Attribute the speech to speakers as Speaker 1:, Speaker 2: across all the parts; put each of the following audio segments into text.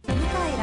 Speaker 1: 蘭の調和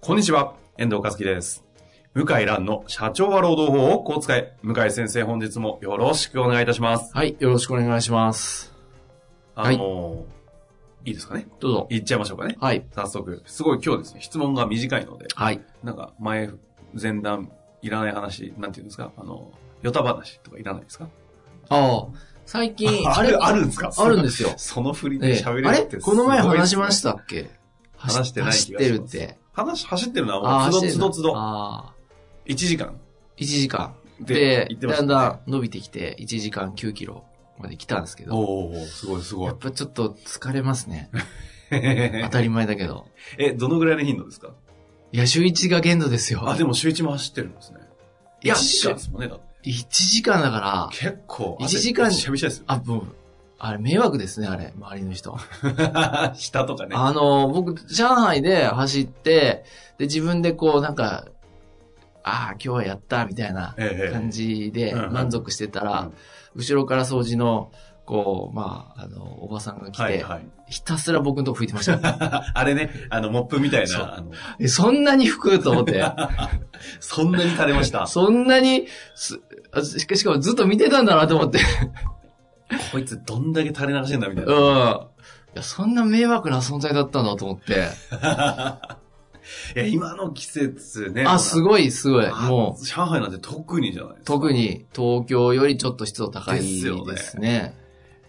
Speaker 2: こんにちは、遠藤和樹です。向井蘭の社長は労働法をこう使え。向井先生、本日もよろしくお願いいたします。
Speaker 3: はい、よろしくお願いします。
Speaker 2: あのー、いいですかね
Speaker 3: どうぞ。
Speaker 2: 言っちゃいましょうかね。
Speaker 3: はい。
Speaker 2: 早速、すごい今日ですね、質問が短いので、
Speaker 3: はい。
Speaker 2: なんか前、前段、いらない話、なんていうんですかあの、ヨタ話とかいらないですか、
Speaker 3: ああ、最近 あれ、
Speaker 2: あるんですか。
Speaker 3: あるんですよ
Speaker 2: その振り
Speaker 3: え
Speaker 2: で
Speaker 3: え
Speaker 2: 喋れる
Speaker 3: あれ
Speaker 2: ってす
Speaker 3: こ
Speaker 2: ごいですね、
Speaker 3: の前話しましたっけ
Speaker 2: 話してない気
Speaker 3: 走っ
Speaker 2: がしてます
Speaker 3: るって。
Speaker 2: 話、走ってるの
Speaker 3: あ
Speaker 2: は
Speaker 3: あ
Speaker 2: もう、つ
Speaker 3: 走
Speaker 2: ど
Speaker 3: って
Speaker 2: つどつ
Speaker 3: んの
Speaker 2: ど、
Speaker 3: ああ、
Speaker 2: 1時間
Speaker 3: 1時間。
Speaker 2: で
Speaker 3: で、
Speaker 2: 言ってまし
Speaker 3: だ
Speaker 2: た
Speaker 3: ん
Speaker 2: ね。
Speaker 3: だん伸びてきて、1時間9キロまで来たんですけど、
Speaker 2: おー、すごいすご
Speaker 3: や
Speaker 2: い
Speaker 3: っ。ぱちょっと疲れますね。当
Speaker 2: え、
Speaker 3: たり前だけど。
Speaker 2: どのぐらいの頻度ですか
Speaker 3: いや、週1が限度ですよ。
Speaker 2: あ、でも週一も走ってるんですね。
Speaker 3: いや
Speaker 2: 1時間ですもんね、だって。
Speaker 3: 1時間だから、
Speaker 2: 結構。
Speaker 3: 一時間
Speaker 2: びしゃびしゃですよ。
Speaker 3: あ、もう、あれ迷惑ですね、あれ、周りの人。
Speaker 2: 下とかね。
Speaker 3: あの、僕、上海で走って、で、自分でこう、なんか、ああ、今日はやった、みたいな
Speaker 2: え
Speaker 3: 感じで
Speaker 2: うんうん
Speaker 3: 満足してたら、
Speaker 2: うん
Speaker 3: 後ろから掃除の、こう、まあ、あの、おばさんが来て、
Speaker 2: はい はい。
Speaker 3: ひたすら僕のとこ拭いてました。
Speaker 2: あれね、あの、モップみたい
Speaker 3: そう
Speaker 2: な、あの
Speaker 3: え、そんなに拭くと思 って。
Speaker 2: そんなに垂れました。
Speaker 3: そんなにすあしか、しかもずっと見てたんだなと 思って。
Speaker 2: こいつどんだけ垂れ流してんだみた
Speaker 3: う
Speaker 2: い
Speaker 3: ん。い
Speaker 2: な。
Speaker 3: や、そんな迷惑な存在だったんだと思って。
Speaker 2: いや、今の季節ね。
Speaker 3: あ、すごい、すごい。もう。
Speaker 2: う。上海なんて特にじゃないですか。
Speaker 3: 特。に東京よりちょっと湿度高い
Speaker 2: ですよね
Speaker 3: ですね。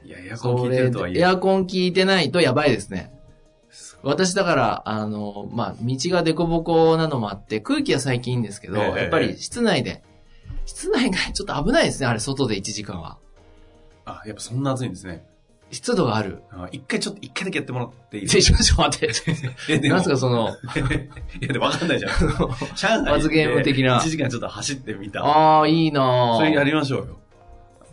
Speaker 2: いや、エアコン効
Speaker 3: そ
Speaker 2: いて
Speaker 3: れ
Speaker 2: るとはい
Speaker 3: で
Speaker 2: え。
Speaker 3: エアコン効いてないとやばいですね。
Speaker 2: す
Speaker 3: 私だから、あの、まあ、道が凸凹なのもあって、空気は最近いいんですけど、
Speaker 2: ええ
Speaker 3: やっぱり室内で、室内がちょっと危ないですね、あれ、外で1時間は。
Speaker 2: あ、やっぱそんな暑いんですね。
Speaker 3: 湿度がある。
Speaker 2: あ一回ちょっと、一回だけやってもらっていい
Speaker 3: ちょ、ちょ、ちょ、待って。
Speaker 2: え、で
Speaker 3: なん
Speaker 2: も
Speaker 3: ですか、その、
Speaker 2: いや、でもわかんないじゃ ん。上海
Speaker 3: 罰ゲーム的な
Speaker 2: 1時間ちょっと走ってみた。
Speaker 3: ああ、いいな
Speaker 2: それや
Speaker 3: ぁ。
Speaker 2: りましょうよ。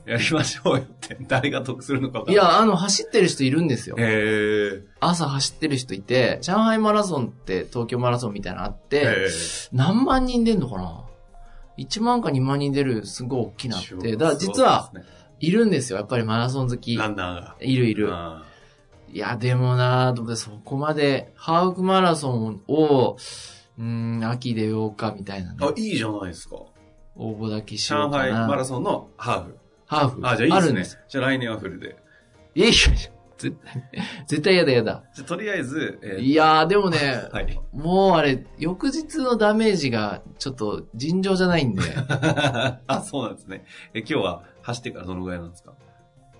Speaker 2: やりましょうよって、誰が得するのか分か
Speaker 3: い
Speaker 2: んない。
Speaker 3: や、あの、走ってる人いるんですよ。
Speaker 2: えー、
Speaker 3: 朝走ってる人いて、上海マラソンって東京マラソンみたいなのあって、
Speaker 2: え
Speaker 3: 何万人出んのかな ?1 万か2万人出る、すごい大きなっ
Speaker 2: ー
Speaker 3: て。だから実は、、いるんですよ。やっぱりマラソン好き。
Speaker 2: ランナーが。
Speaker 3: いるいる。
Speaker 2: あ
Speaker 3: いや、でもなぁと思って、そこまで、ハーフマラソンを、うーん、秋でようか、みたいな
Speaker 2: ー、あ
Speaker 3: ね。
Speaker 2: いいじゃないですか。
Speaker 3: 応募だけしよ
Speaker 2: 上
Speaker 3: うか
Speaker 2: 海マラ
Speaker 3: な。
Speaker 2: ソンのハーフ。
Speaker 3: ハーフ。
Speaker 2: あ、じゃあいいです
Speaker 3: るん
Speaker 2: ね。
Speaker 3: です。
Speaker 2: じゃあ来年はフルで。
Speaker 3: いやいやいや、絶対、絶対やだやだ。
Speaker 2: じゃあとりあえず、えー
Speaker 3: いやー、でもね、
Speaker 2: はい。
Speaker 3: もうあれ、翌日のダメージが、ちょっと尋常じゃないんで。
Speaker 2: あ、そうなんですね。え、今日は走ってからどのぐらいなんですか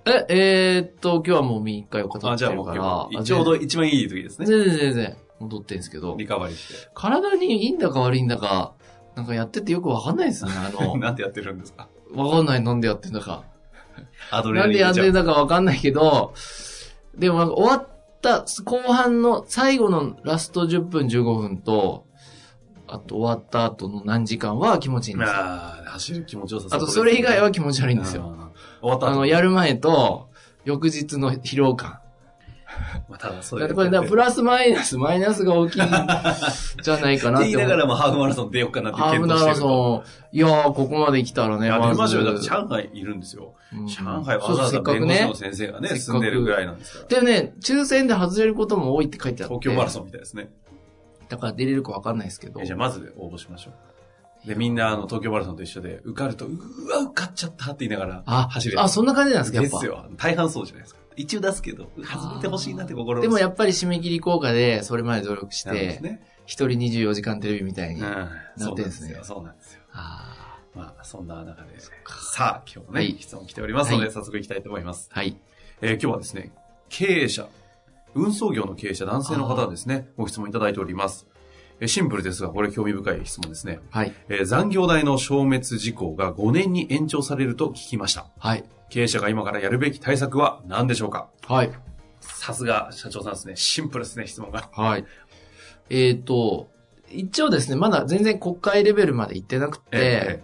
Speaker 3: え、えー、っと、今日はもう3日4日経
Speaker 2: あ、
Speaker 3: っ
Speaker 2: じ
Speaker 3: て
Speaker 2: ゃあも
Speaker 3: る
Speaker 2: う
Speaker 3: か
Speaker 2: 今
Speaker 3: ら。
Speaker 2: 日、ちょうど一番いい時ですね。
Speaker 3: 全然全然戻ってんですけど
Speaker 2: リ、カバリーして。
Speaker 3: 体にいいんだか悪いんだか、なんかやっててよくわかんないですね。あの、
Speaker 2: なんてやってるんですか
Speaker 3: わかんないなんでやってんだか。
Speaker 2: アドレ
Speaker 3: な
Speaker 2: ナ
Speaker 3: ん
Speaker 2: リン
Speaker 3: でやって
Speaker 2: 出
Speaker 3: ん
Speaker 2: ちゃう
Speaker 3: だかわかんないけど、でもなんか終わった、後半の最後のラスト10分15分と、あと終わった後の何時間は気持ちいいんですよ。
Speaker 2: まあ、走る気持ちよさ
Speaker 3: あとそれ以外
Speaker 2: は
Speaker 3: は気持ち悪いんですよ。
Speaker 2: よ。終わった
Speaker 3: あ
Speaker 2: 後
Speaker 3: の、やる前と、翌日の疲労感。
Speaker 2: まあ、ただそ
Speaker 3: だっ
Speaker 2: れ
Speaker 3: てこれ、だからプラスマイナス、マイナスが大きいんじゃないかなっ
Speaker 2: って言
Speaker 3: て思
Speaker 2: いうながらもハーフマラソン出ようかなって
Speaker 3: ハーフマラソン、いやー、ここまで来たら
Speaker 2: い
Speaker 3: ね、
Speaker 2: や、出ましょうよ。だって
Speaker 3: ず
Speaker 2: 上海いるんですよ。
Speaker 3: うん
Speaker 2: 上海わざわ
Speaker 3: そうせ
Speaker 2: ざ
Speaker 3: っか
Speaker 2: 弁
Speaker 3: く
Speaker 2: 護士
Speaker 3: ね
Speaker 2: の。先生がね、
Speaker 3: せっかく
Speaker 2: 住んでるぐらいなんですから。
Speaker 3: でもね、抽選で外れることも多いって書いてあって。
Speaker 2: 東京マラソンみたいですね。
Speaker 3: ン。だから出れるかわかんないですけど
Speaker 2: え。じゃあまず応募しましょう。で、みんなあの、東京マラソンと一緒で、受かると、うわ、受かっちゃったって言いながら、
Speaker 3: あ、
Speaker 2: 走れる
Speaker 3: あ、そんな感じなんですか、や
Speaker 2: で
Speaker 3: っぱ
Speaker 2: す。よ。大半そうじゃないですか。一応出すけど、外れてほしいなって心
Speaker 3: でもや
Speaker 2: っ
Speaker 3: っぱり締め切り効果で、それまで努力し
Speaker 2: なんです
Speaker 3: て、
Speaker 2: ね。
Speaker 3: 一人24時間テレビみたい
Speaker 2: うん
Speaker 3: に。あ。
Speaker 2: そうなん
Speaker 3: て
Speaker 2: で
Speaker 3: んです
Speaker 2: す
Speaker 3: ね
Speaker 2: よ。そうなんですよ。
Speaker 3: あ
Speaker 2: まあ、そんな中で、さあ、今日もね、
Speaker 3: はい
Speaker 2: 質問来ておりますので、
Speaker 3: はい
Speaker 2: 早速いきたいと思います。
Speaker 3: ー。はい。
Speaker 2: えー今日はですね、経営者、運送業の経営者、男性の方ですね、ご質問いただいております。えーシンプルですが、これ興味深い質問ですね。
Speaker 3: はい。
Speaker 2: えー残業代の消滅事項が5年に延長されると聞きました。
Speaker 3: はい。
Speaker 2: 経営者が今からやるべき対策は何でしょうか
Speaker 3: はい。
Speaker 2: さすが社長さんですね。シンプルですね、質問が。
Speaker 3: はい。えっ、と、一応ですね、まだ全然国会レベルまで行ってなくて、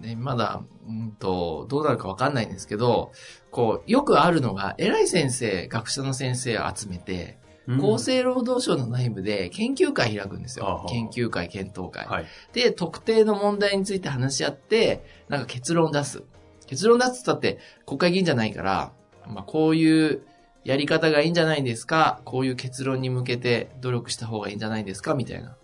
Speaker 3: でまだ、うんと、どうなるかわかんないんですけど、こう、よくあるのが、偉い先生、学者の先生を集めて、
Speaker 2: うん
Speaker 3: 厚生労働省の内部で研究会開くんです
Speaker 2: あ
Speaker 3: よ
Speaker 2: は。
Speaker 3: 研究会、検討会。
Speaker 2: はい。
Speaker 3: で、特定の問題について話し合って、なんか結論出す。結論出すって言ったって国会議員じゃないから、まあこういうやり方がいいんじゃないですか、こういう結論に向けて努力した方がいいんじゃないですか、みたいな。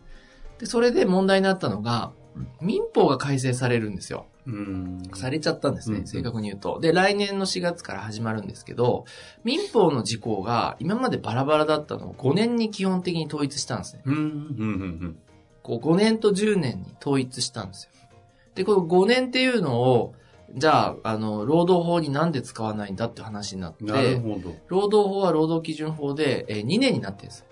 Speaker 3: で、それで問題になったのが、民法が改正されるんですよ。
Speaker 2: うん。
Speaker 3: されちゃったんですね、
Speaker 2: うん
Speaker 3: 正確に言うと。で、来年の4月から始まるんですけど、民法の事項が今までバラバラだったのを5年に基本的に統一したんですね。
Speaker 2: うん、うん、うん、
Speaker 3: こう5年と10年に統一したんですよ。で、この5年っていうのを、じゃあ、あの、労働法になんで使わないんだって話になっ
Speaker 2: うん。なる
Speaker 3: て、
Speaker 2: ほど。
Speaker 3: 労働法は労働基準法で、えー2年になってるんですよ。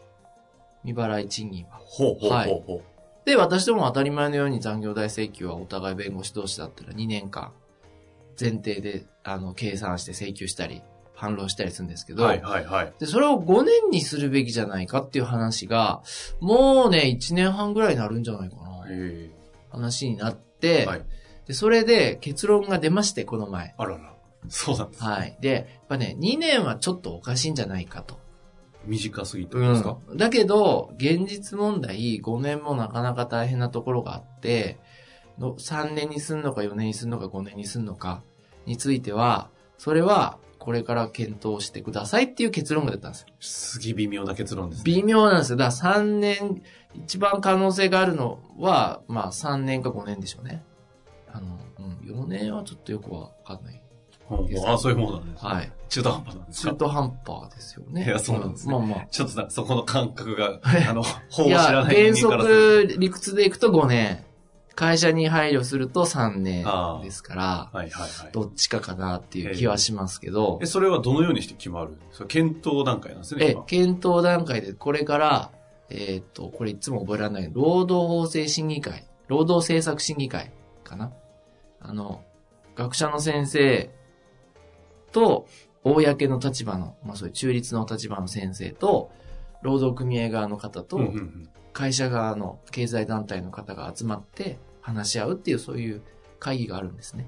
Speaker 3: 未払い賃金は。
Speaker 2: ほうほう
Speaker 3: はい
Speaker 2: ほうほ
Speaker 3: で、私どもは当たり前のように残業代請求はお互い弁護士同士だったら2年間、前提で、あの、計算して請求したり、反論したりするんですけ
Speaker 2: う。
Speaker 3: ど、
Speaker 2: はい、はい、はい。
Speaker 3: で、それを5年にするべきじゃないかっていう話が、もうね、1年半ぐらいになるんじゃないかな。
Speaker 2: え
Speaker 3: 話になっ
Speaker 2: え
Speaker 3: て、
Speaker 2: はい。
Speaker 3: で、それで結論が出まして、この前。
Speaker 2: あらら。そうなんです。
Speaker 3: はい。で、やっぱね、2年はちょっとおかしいんじゃないかと。
Speaker 2: 短すぎてことですか
Speaker 3: うんだけど、現実問題、5年もなかなか大変なところがあって、の3年にすんのか4年にすんのか5年にすんのかについては、それはこれから検討してくださいっていう結論が出たんですよ。
Speaker 2: すげえ微妙な結論ですね。
Speaker 3: 微妙なんですよ。だから3年、一番可能性があるのは、まあ3年か5年でしょうね。あの、うん、4年はちょっとよくわかんない。
Speaker 2: ほうほうあ、そういうものなんですね。
Speaker 3: はい。
Speaker 2: 中途半端なんです
Speaker 3: 中
Speaker 2: か
Speaker 3: 途半端ですよね。
Speaker 2: いやそうなんですね
Speaker 3: まあまあ。
Speaker 2: ちょっとなんかそこの感覚が、
Speaker 3: い
Speaker 2: あの、法を
Speaker 3: い
Speaker 2: 知ら
Speaker 3: や、
Speaker 2: ない
Speaker 3: 原
Speaker 2: 人間からする
Speaker 3: 則、理屈でいくと5年。会社に配慮すると3年
Speaker 2: あー
Speaker 3: ですから
Speaker 2: と。、はいはいはい。
Speaker 3: どっちかかなっていう気はしますけど
Speaker 2: え、、それはどのようにして決まるそれ検討段階なんですね、
Speaker 3: え
Speaker 2: 今、。
Speaker 3: 検討段階でこれから、えーっと、これいつも覚えられない、労働法制審議会、労働政策審議会かな。あの、学者の先生と、公の立場の、まあそういう中立の立場の先生と、労働組合側の方と、
Speaker 2: うんうんうん
Speaker 3: 会社側の経済団体の方が集まって話し合うっていうそういう会議があるんですね。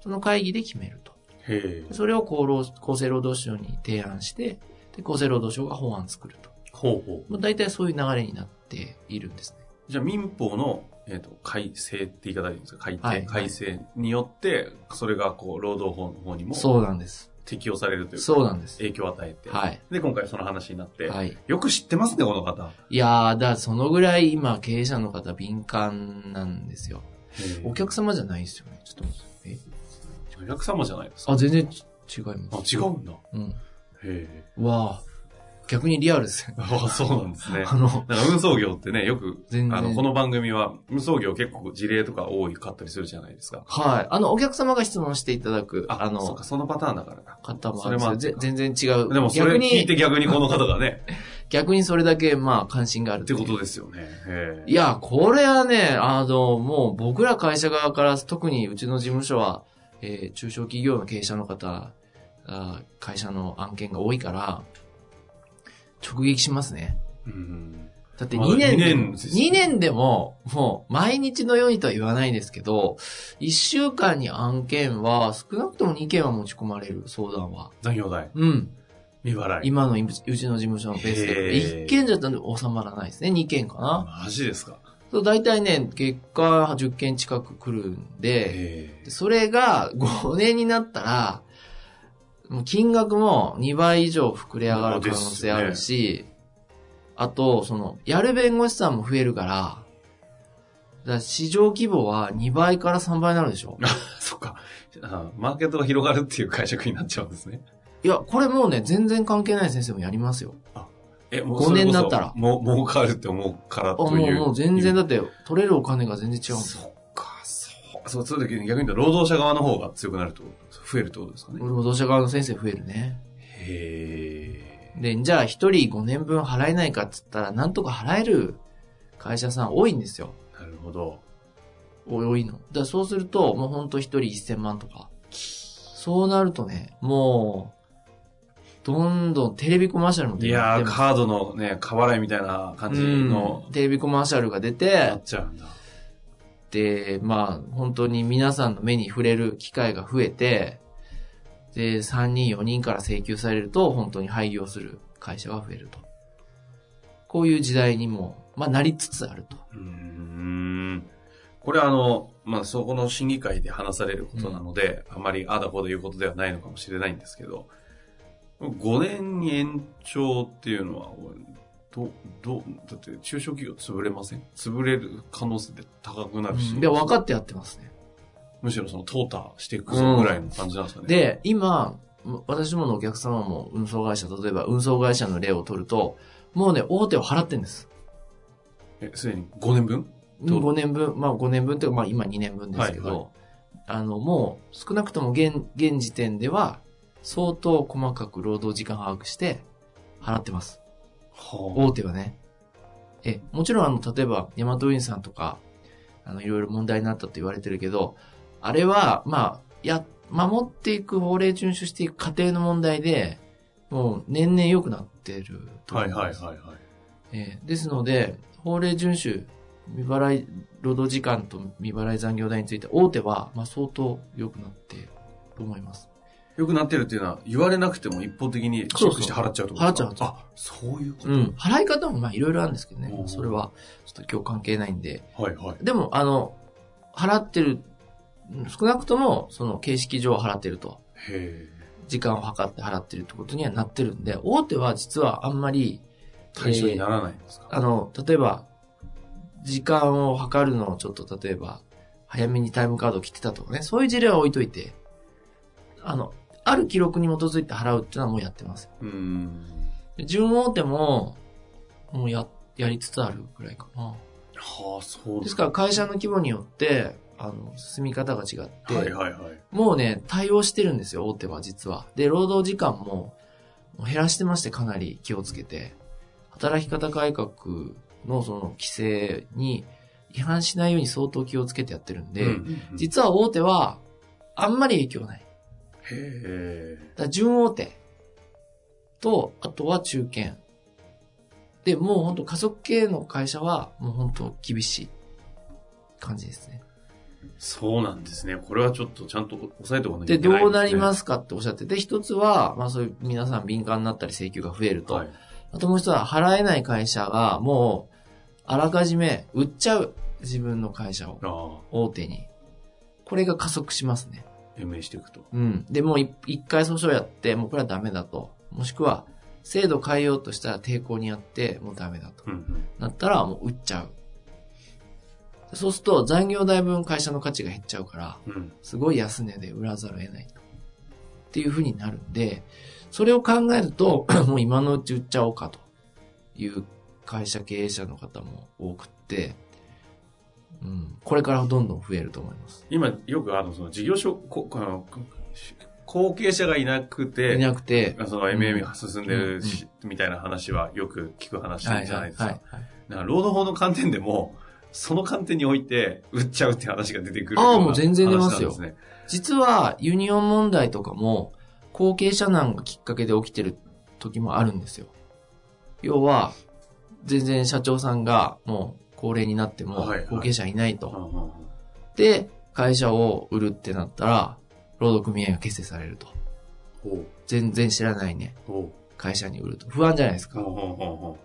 Speaker 3: その会議で決めると。
Speaker 2: へえ。
Speaker 3: それを厚労厚生労働省に提案して、で厚生労働省が法案作ると。
Speaker 2: ほうほう。
Speaker 3: まあ、大体そういう流れになっているんですね。
Speaker 2: じゃあ民法の、えっと改正って言い方でいいんですか改定、
Speaker 3: はい
Speaker 2: 改正によって、それがこう、労働法の方にも
Speaker 3: そうなんです。
Speaker 2: 適用されるというか
Speaker 3: そうなんです。
Speaker 2: 影響を与えて。
Speaker 3: はい。
Speaker 2: で、今回その話になって、
Speaker 3: はい。
Speaker 2: よく知ってますね、この方。
Speaker 3: いやー、だからそのぐらい今経営者の方敏感なんですよ。お客様じゃないですよね。ちょっと待って。え
Speaker 2: お客様じゃないですか。
Speaker 3: あ、全然ち違い
Speaker 2: あ
Speaker 3: ま、す。
Speaker 2: 違うんだ。
Speaker 3: うん。
Speaker 2: へえ。
Speaker 3: わあ逆にリアルですね。
Speaker 2: あそうなんですね。
Speaker 3: あ
Speaker 2: な
Speaker 3: の、
Speaker 2: んか運送業ってね、よく、
Speaker 3: 全然
Speaker 2: あの、この番組は、運送業結構事例とか多かったりするじゃないですか。
Speaker 3: はい。あの、お客様が質問していただく、あの、
Speaker 2: そうか、そのパターンだからな。
Speaker 3: 方も
Speaker 2: そ
Speaker 3: あ
Speaker 2: れ
Speaker 3: るんです
Speaker 2: もあ
Speaker 3: よ
Speaker 2: っ
Speaker 3: ぜ
Speaker 2: て
Speaker 3: 全然違う。
Speaker 2: でもそれ
Speaker 3: 逆
Speaker 2: 聞いて
Speaker 3: に、
Speaker 2: 逆にこの方が ね、
Speaker 3: 逆にそれだけ、まあ、関心がある
Speaker 2: ってこと
Speaker 3: で。
Speaker 2: ですよね。へ
Speaker 3: いや、これはね、あの、もう僕ら会社側から、特にうちの事務所は、えー中小企業の経営者の方、あー会社の案件が多いから、直撃しますね。
Speaker 2: うん
Speaker 3: だって
Speaker 2: まだ
Speaker 3: 2年
Speaker 2: 二
Speaker 3: で、
Speaker 2: 年ですよ
Speaker 3: 2年でも、もう毎日のようにとは言わないですけど、1週間に案件は少なくとも2件は持ち込まれる、相談は。
Speaker 2: 残業代、
Speaker 3: うん。
Speaker 2: 未払い。
Speaker 3: 今のうちうちの事務所のペースで。
Speaker 2: へー
Speaker 3: 1件じゃ収まらないですね。2件かな。
Speaker 2: マジですか。
Speaker 3: そう大体ね、月間10件近く来るんで、
Speaker 2: へ
Speaker 3: でそれが5年になったら、もう金額も2倍以上膨れ上がる可能性あるし、あと、その、やる弁護士さんも増えるから、だから市場規模は2倍から3倍になるでしょ。
Speaker 2: え。そっかあ。マーケットが広がるっていう解釈になっちゃうんですね。
Speaker 3: いや、これもうね、全然関係ない先生もやりますよ。
Speaker 2: え、も
Speaker 3: 五年になったら
Speaker 2: それこそもう、儲かるって思うから
Speaker 3: あも
Speaker 2: と
Speaker 3: う、
Speaker 2: いう。
Speaker 3: もう全然だって、取れるお金が全然違うんですよ
Speaker 2: そっか、そう。そう、そういう時に逆に言うと、労働者側の方が強くなるってこと、増えるってことですかね。
Speaker 3: 労働者側の先生増えるね。
Speaker 2: へえ。
Speaker 3: で、じゃあ一人5年分払えないかっつったら、なんとか払える会社さん多いんですよ。
Speaker 2: なるほど。
Speaker 3: 多いの。だからそうすると、もうほんと一人1000万とか。そうなるとね、もう、どんどんテレビコマーシャルも
Speaker 2: い
Speaker 3: 出
Speaker 2: や
Speaker 3: 出
Speaker 2: ー、
Speaker 3: ます
Speaker 2: カードのね、過払いみたいな感じの
Speaker 3: う、んテレビコマーシャルが出
Speaker 2: な
Speaker 3: て
Speaker 2: っ、ちゃうんだ。
Speaker 3: で、まあ、本当に皆さんの目に触れる機会が増えて、で、3人、4人から請求されると、本当に廃業する会社が増えると。こういう時代にも、まあ、なりつつあると。
Speaker 2: うーんこれはあの、まあ、そこの審議会で話されることなので、あまりあだこうだ言うことではないのかもしれないんですけど、5年に延長っていうのは、ど、ど、だって中小企業潰れません潰れる可能性って高くなるし、
Speaker 3: で、分かってやってますね。
Speaker 2: むしろその淘汰していくぞぐらいの感じなんですかね。
Speaker 3: で、今、私ものお客様も運送会社、例えば運送会社の例を取ると、もうね、大手を払ってんです。
Speaker 2: えすでに5年分どう
Speaker 3: 5年分、まあ5年分というか、まあ今2年分ですけど、
Speaker 2: はいは
Speaker 3: あの、もう少なくとも現、現時点では、相当細かく労働時間把握して、払ってます。
Speaker 2: は
Speaker 3: 大手はね。え、もちろんあの、例えば、ヤマト運輸さんとか、あの、いろいろ問題になったと言われてるけど、あれは、まあ、や、守っていく、法令遵守していく過程の問題で、もう年々良くなってる
Speaker 2: あ
Speaker 3: と思
Speaker 2: は
Speaker 3: う
Speaker 2: い
Speaker 3: んです。
Speaker 2: はいはいはい。
Speaker 3: えーですので、法令遵守、未払い、労働時間と未払い残業代について、大手は、まあ、相当良くなっていると思います。
Speaker 2: よくなってるっていうのは、言われなくても一方的にチェックして払っちゃうってことですか
Speaker 3: そうそう
Speaker 2: あ、そういうこと、
Speaker 3: うん。払い方も、まあ、いろいろあるんですけど
Speaker 2: う
Speaker 3: ね。
Speaker 2: ん
Speaker 3: それは、ちょっと今日関係ないんで。
Speaker 2: はいはい。
Speaker 3: でも、あの、払ってる、うん少なくとも、その、形式上は払ってると。
Speaker 2: へえ。
Speaker 3: 時間を計って払ってるってことにはなってるんで、大手は実はあんまり、
Speaker 2: 対象にならないんですか、
Speaker 3: あの、例えば、時間を測るのをちょっと例えば、早めにタイムカードを切ってたとかね、そういう事例は置いといて、あの、ある記録に基づいて払うっていうのはもうやってます。
Speaker 2: うーん。
Speaker 3: で順大手も、もうや、やりつつあるぐらいかな。
Speaker 2: はあ、そう
Speaker 3: ですから会社の規模によって、あの、進み方が違って、
Speaker 2: はいはいはい。
Speaker 3: もうね、対応してるんですよ、大手は実は。で、労働時間ももう減らしてまして、かなり気をつけて。働き方改革のその規制に違反しないように相当気をつけてやってるんで、
Speaker 2: うんうん
Speaker 3: 実は大手はあんまり影響ない。
Speaker 2: へ
Speaker 3: だから準大手と、あとは中堅。で、もう本当加速系の会社はもう本当厳しい感じですね。
Speaker 2: え。そうなんですね。これはちょっとちゃんと押さえておかなきゃ
Speaker 3: で、
Speaker 2: いけ
Speaker 3: ど
Speaker 2: ないですね、
Speaker 3: うなりますすかっておっしゃってて、一つは、まあそういう皆さん敏感になったり請求が増えると。
Speaker 2: はい。
Speaker 3: あともう一つは、払えない会社がもう、あらかじめ売っちゃう。自分の会社を、
Speaker 2: あ
Speaker 3: 大手に。これが加速しますね。
Speaker 2: あ、延命していくと。
Speaker 3: うん。で、もうい一回訴訟やって、もうこれはダメだと。もしくは、制度変えようとしたら抵抗にやって、もうダメだと。
Speaker 2: うんうん。
Speaker 3: なったら、もう売っちゃう。そうすると、残業代分会社の価値が減っちゃうから、
Speaker 2: うん。
Speaker 3: すごい安値で売らざるを得ないと。っていう風になるんで、それを考えると、 もう今のうち売っちゃおうかという会社経営者の方も多くって、うん、これからどんどん増えると思います。
Speaker 2: 今、よくあの、その事業所、こあのこ後継者がいなく
Speaker 3: い
Speaker 2: て、
Speaker 3: なくて、
Speaker 2: その MM が進んでるし、みたいな話はよく聞く話じゃ
Speaker 3: は
Speaker 2: ない
Speaker 3: い
Speaker 2: ですか。
Speaker 3: はいはいはい。
Speaker 2: なんか労働法の観点でも、その観点において、売っちゃうって話が出てくる。
Speaker 3: ああもう全然出ますよ
Speaker 2: 話なんですね
Speaker 3: 実はユニオン問題とかも後継者難がきっかけで起きてる時もあるんですよ。要は、全然社長さんがもう高齢になっても
Speaker 2: はいはい
Speaker 3: 後継者いないと
Speaker 2: う。んうんうん
Speaker 3: で、会社を売るってなったら、労働組合が結成されると。
Speaker 2: ほう
Speaker 3: 全然知らないね、
Speaker 2: ほう
Speaker 3: 会社に売ると。不安じゃないです
Speaker 2: ほう
Speaker 3: か。
Speaker 2: ほうほうほ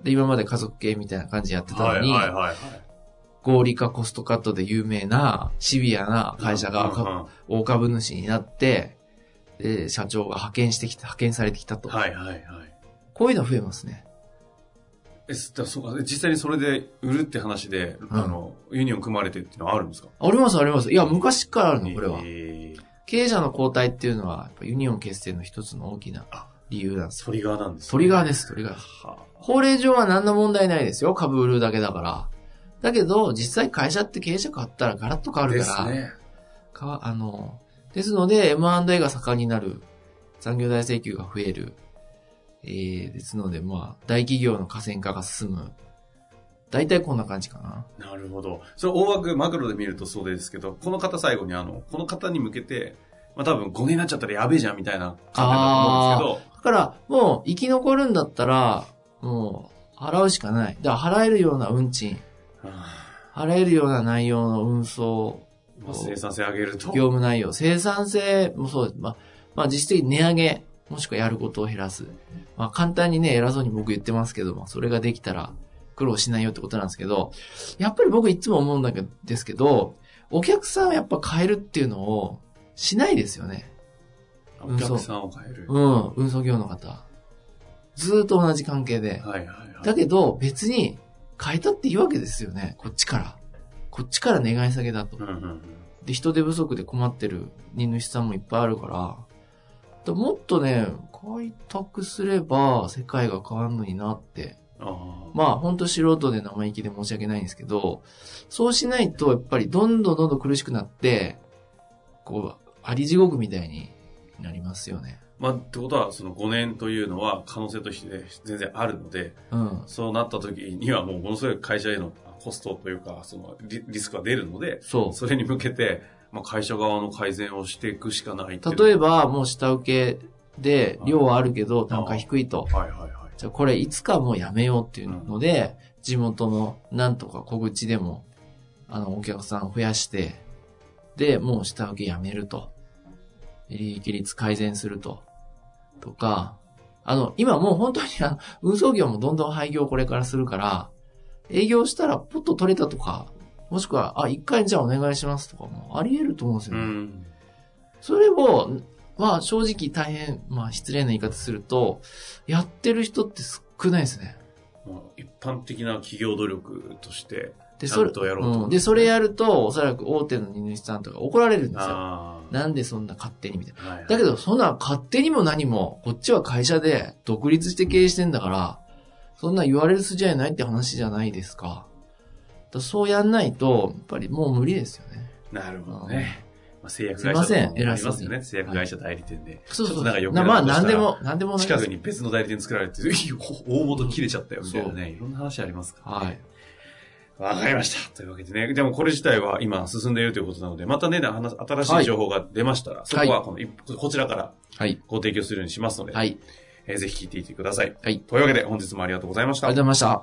Speaker 2: う
Speaker 3: で、今まで家族系みたいな感じでやってたのに、
Speaker 2: はいはいはい、
Speaker 3: 合理化コストカットで有名な、シビアな会社がか
Speaker 2: は
Speaker 3: 大株主になって、で、社長が派遣してきた、派遣されてきた
Speaker 2: い
Speaker 3: と。
Speaker 2: はいはい。
Speaker 3: こういうの増えますね。
Speaker 2: え、すだそうか、実際にそれで売るって話で、
Speaker 3: うん
Speaker 2: あの、ユニオン組まれてっていうのはあるんですか
Speaker 3: ありますあります。いや、昔からあるの、これは
Speaker 2: え。ー
Speaker 3: 経営者の交代っていうのは、やっぱユニオン結成の一つの大きな理由なんですよ。
Speaker 2: トリガーなんです
Speaker 3: トリガー
Speaker 2: で
Speaker 3: です、トリガー。
Speaker 2: は
Speaker 3: 法令上は何の問題ないですよ。株売るだけだから。だけど、実際会社って経営者変わったらガラッと変
Speaker 2: あ、
Speaker 3: わる
Speaker 2: で
Speaker 3: か
Speaker 2: す
Speaker 3: ら。
Speaker 2: ね。
Speaker 3: かあの、ですので、M&A が盛んになる。残業代請求が増える。えー、ですので、まあ、大企業の河川化が進む。大体こんな感じかな。
Speaker 2: なるほど。それ大枠、マクロで見るとそうですけど、この方最後にあの、この方に向けて、まあ多分5年になっちゃったらやべえじゃんみたいな観点だと思うんですけど、
Speaker 3: だから、もう生き残るんだったら、もう払うしかない。だから払えるような運賃、払えるような内容の運送、
Speaker 2: まあ、生産性上げると。
Speaker 3: 業務内容、生産性もそうです。まあ、まあ実質的に値上げ、もしくはやることを減らす。まあ簡単にね、偉そうに僕言ってますけども、それができたら苦労しないよってことなんですけど、やっぱり僕いつも思うんだけど、ですけど、お客さんをやっぱ変えるっていうのをしないですよね。
Speaker 2: お客さんを変える。
Speaker 3: うん、運送業の方。ずーっと同じ関係で。
Speaker 2: はいはいはい。
Speaker 3: だけど別に変えたっていいわけですよね、こっちから。こっちから願い下げだと
Speaker 2: う。んうんうん
Speaker 3: で、人手不足で困ってる荷主さんもいっぱいあるから、だもっとね、開拓すれば世界が変わるのになって。
Speaker 2: あー
Speaker 3: まあ、ほんと素人で生意気で申し訳ないんですけど、そうしないと、やっぱりどんどんどんどん苦しくなって、こう、あり地獄みたいになりますよね。
Speaker 2: まあ、ってことは、その5年というのは可能性として全然あるので、
Speaker 3: うん。
Speaker 2: そうなった時にはもうものすごい会社へのコストというか、そのリリスクが出るので、
Speaker 3: そう。
Speaker 2: それに向けて、まあ、会社側の改善をしていくしかないっていう
Speaker 3: 例えば、もう下請けで量はあるけど、単価低いと。
Speaker 2: はいはいはい。
Speaker 3: じゃあこれいつかもうやめようっていうので、地元のなんとか小口でも、あの、お客さんを増やして、で、もう下請けやめると。利益率改善すると。とか、あの、今もう本当にあの、運送業もどんどん廃業これからするから、営業したらポッと取れたとか、もしくは、あ、一回じゃあお願いしますとかもあり得ると思うんですよ
Speaker 2: う
Speaker 3: ね。
Speaker 2: ん。
Speaker 3: それを、まあ正直大変、まあ失礼な言い方すると、やってる人って少ないですね。
Speaker 2: まあ一般的な企業努力として、
Speaker 3: で、
Speaker 2: ち
Speaker 3: そ
Speaker 2: ゃ
Speaker 3: れ
Speaker 2: ん、とやろうと思って
Speaker 3: んで、それやると、おそらく大手の荷主さんとか怒られるんですよ。
Speaker 2: ああ。
Speaker 3: なんでそんな勝手にみたいな。
Speaker 2: はいはい
Speaker 3: だけど、そんな勝手にも何も、こっちは会社で独立して経営してんだから、そんな言われる筋合いないって話じゃないですか。だからそうやんないと、やっぱりもう無理ですよね。
Speaker 2: なるほどね。まあ、製薬
Speaker 3: すい
Speaker 2: 会
Speaker 3: ま
Speaker 2: 社
Speaker 3: せん
Speaker 2: とかもありますよ
Speaker 3: 偉そう
Speaker 2: ね。
Speaker 3: に
Speaker 2: 製薬会社代理店で。
Speaker 3: そう
Speaker 2: ちょ
Speaker 3: そ
Speaker 2: っと
Speaker 3: う。
Speaker 2: なんか余計
Speaker 3: な
Speaker 2: な
Speaker 3: まあ
Speaker 2: ことしたら
Speaker 3: 何でも、何でもない
Speaker 2: 近
Speaker 3: です
Speaker 2: くに別の代理店作られて、 大元切れちゃったよみたいなね。いろんな話ありますから、
Speaker 3: はい。。
Speaker 2: わかりました。というわけでね。でもこれ自体は今進んでいるということなので、またね、話新しい情報が出ましたら、そこはこの、こちらから
Speaker 3: はい。
Speaker 2: ご提供するようにしますので、
Speaker 3: はい。ありが
Speaker 2: えーぜひ聞いていてください。
Speaker 3: はい
Speaker 2: というわけで本日もありがとうございまし
Speaker 3: とう
Speaker 2: た
Speaker 3: ござ。いました。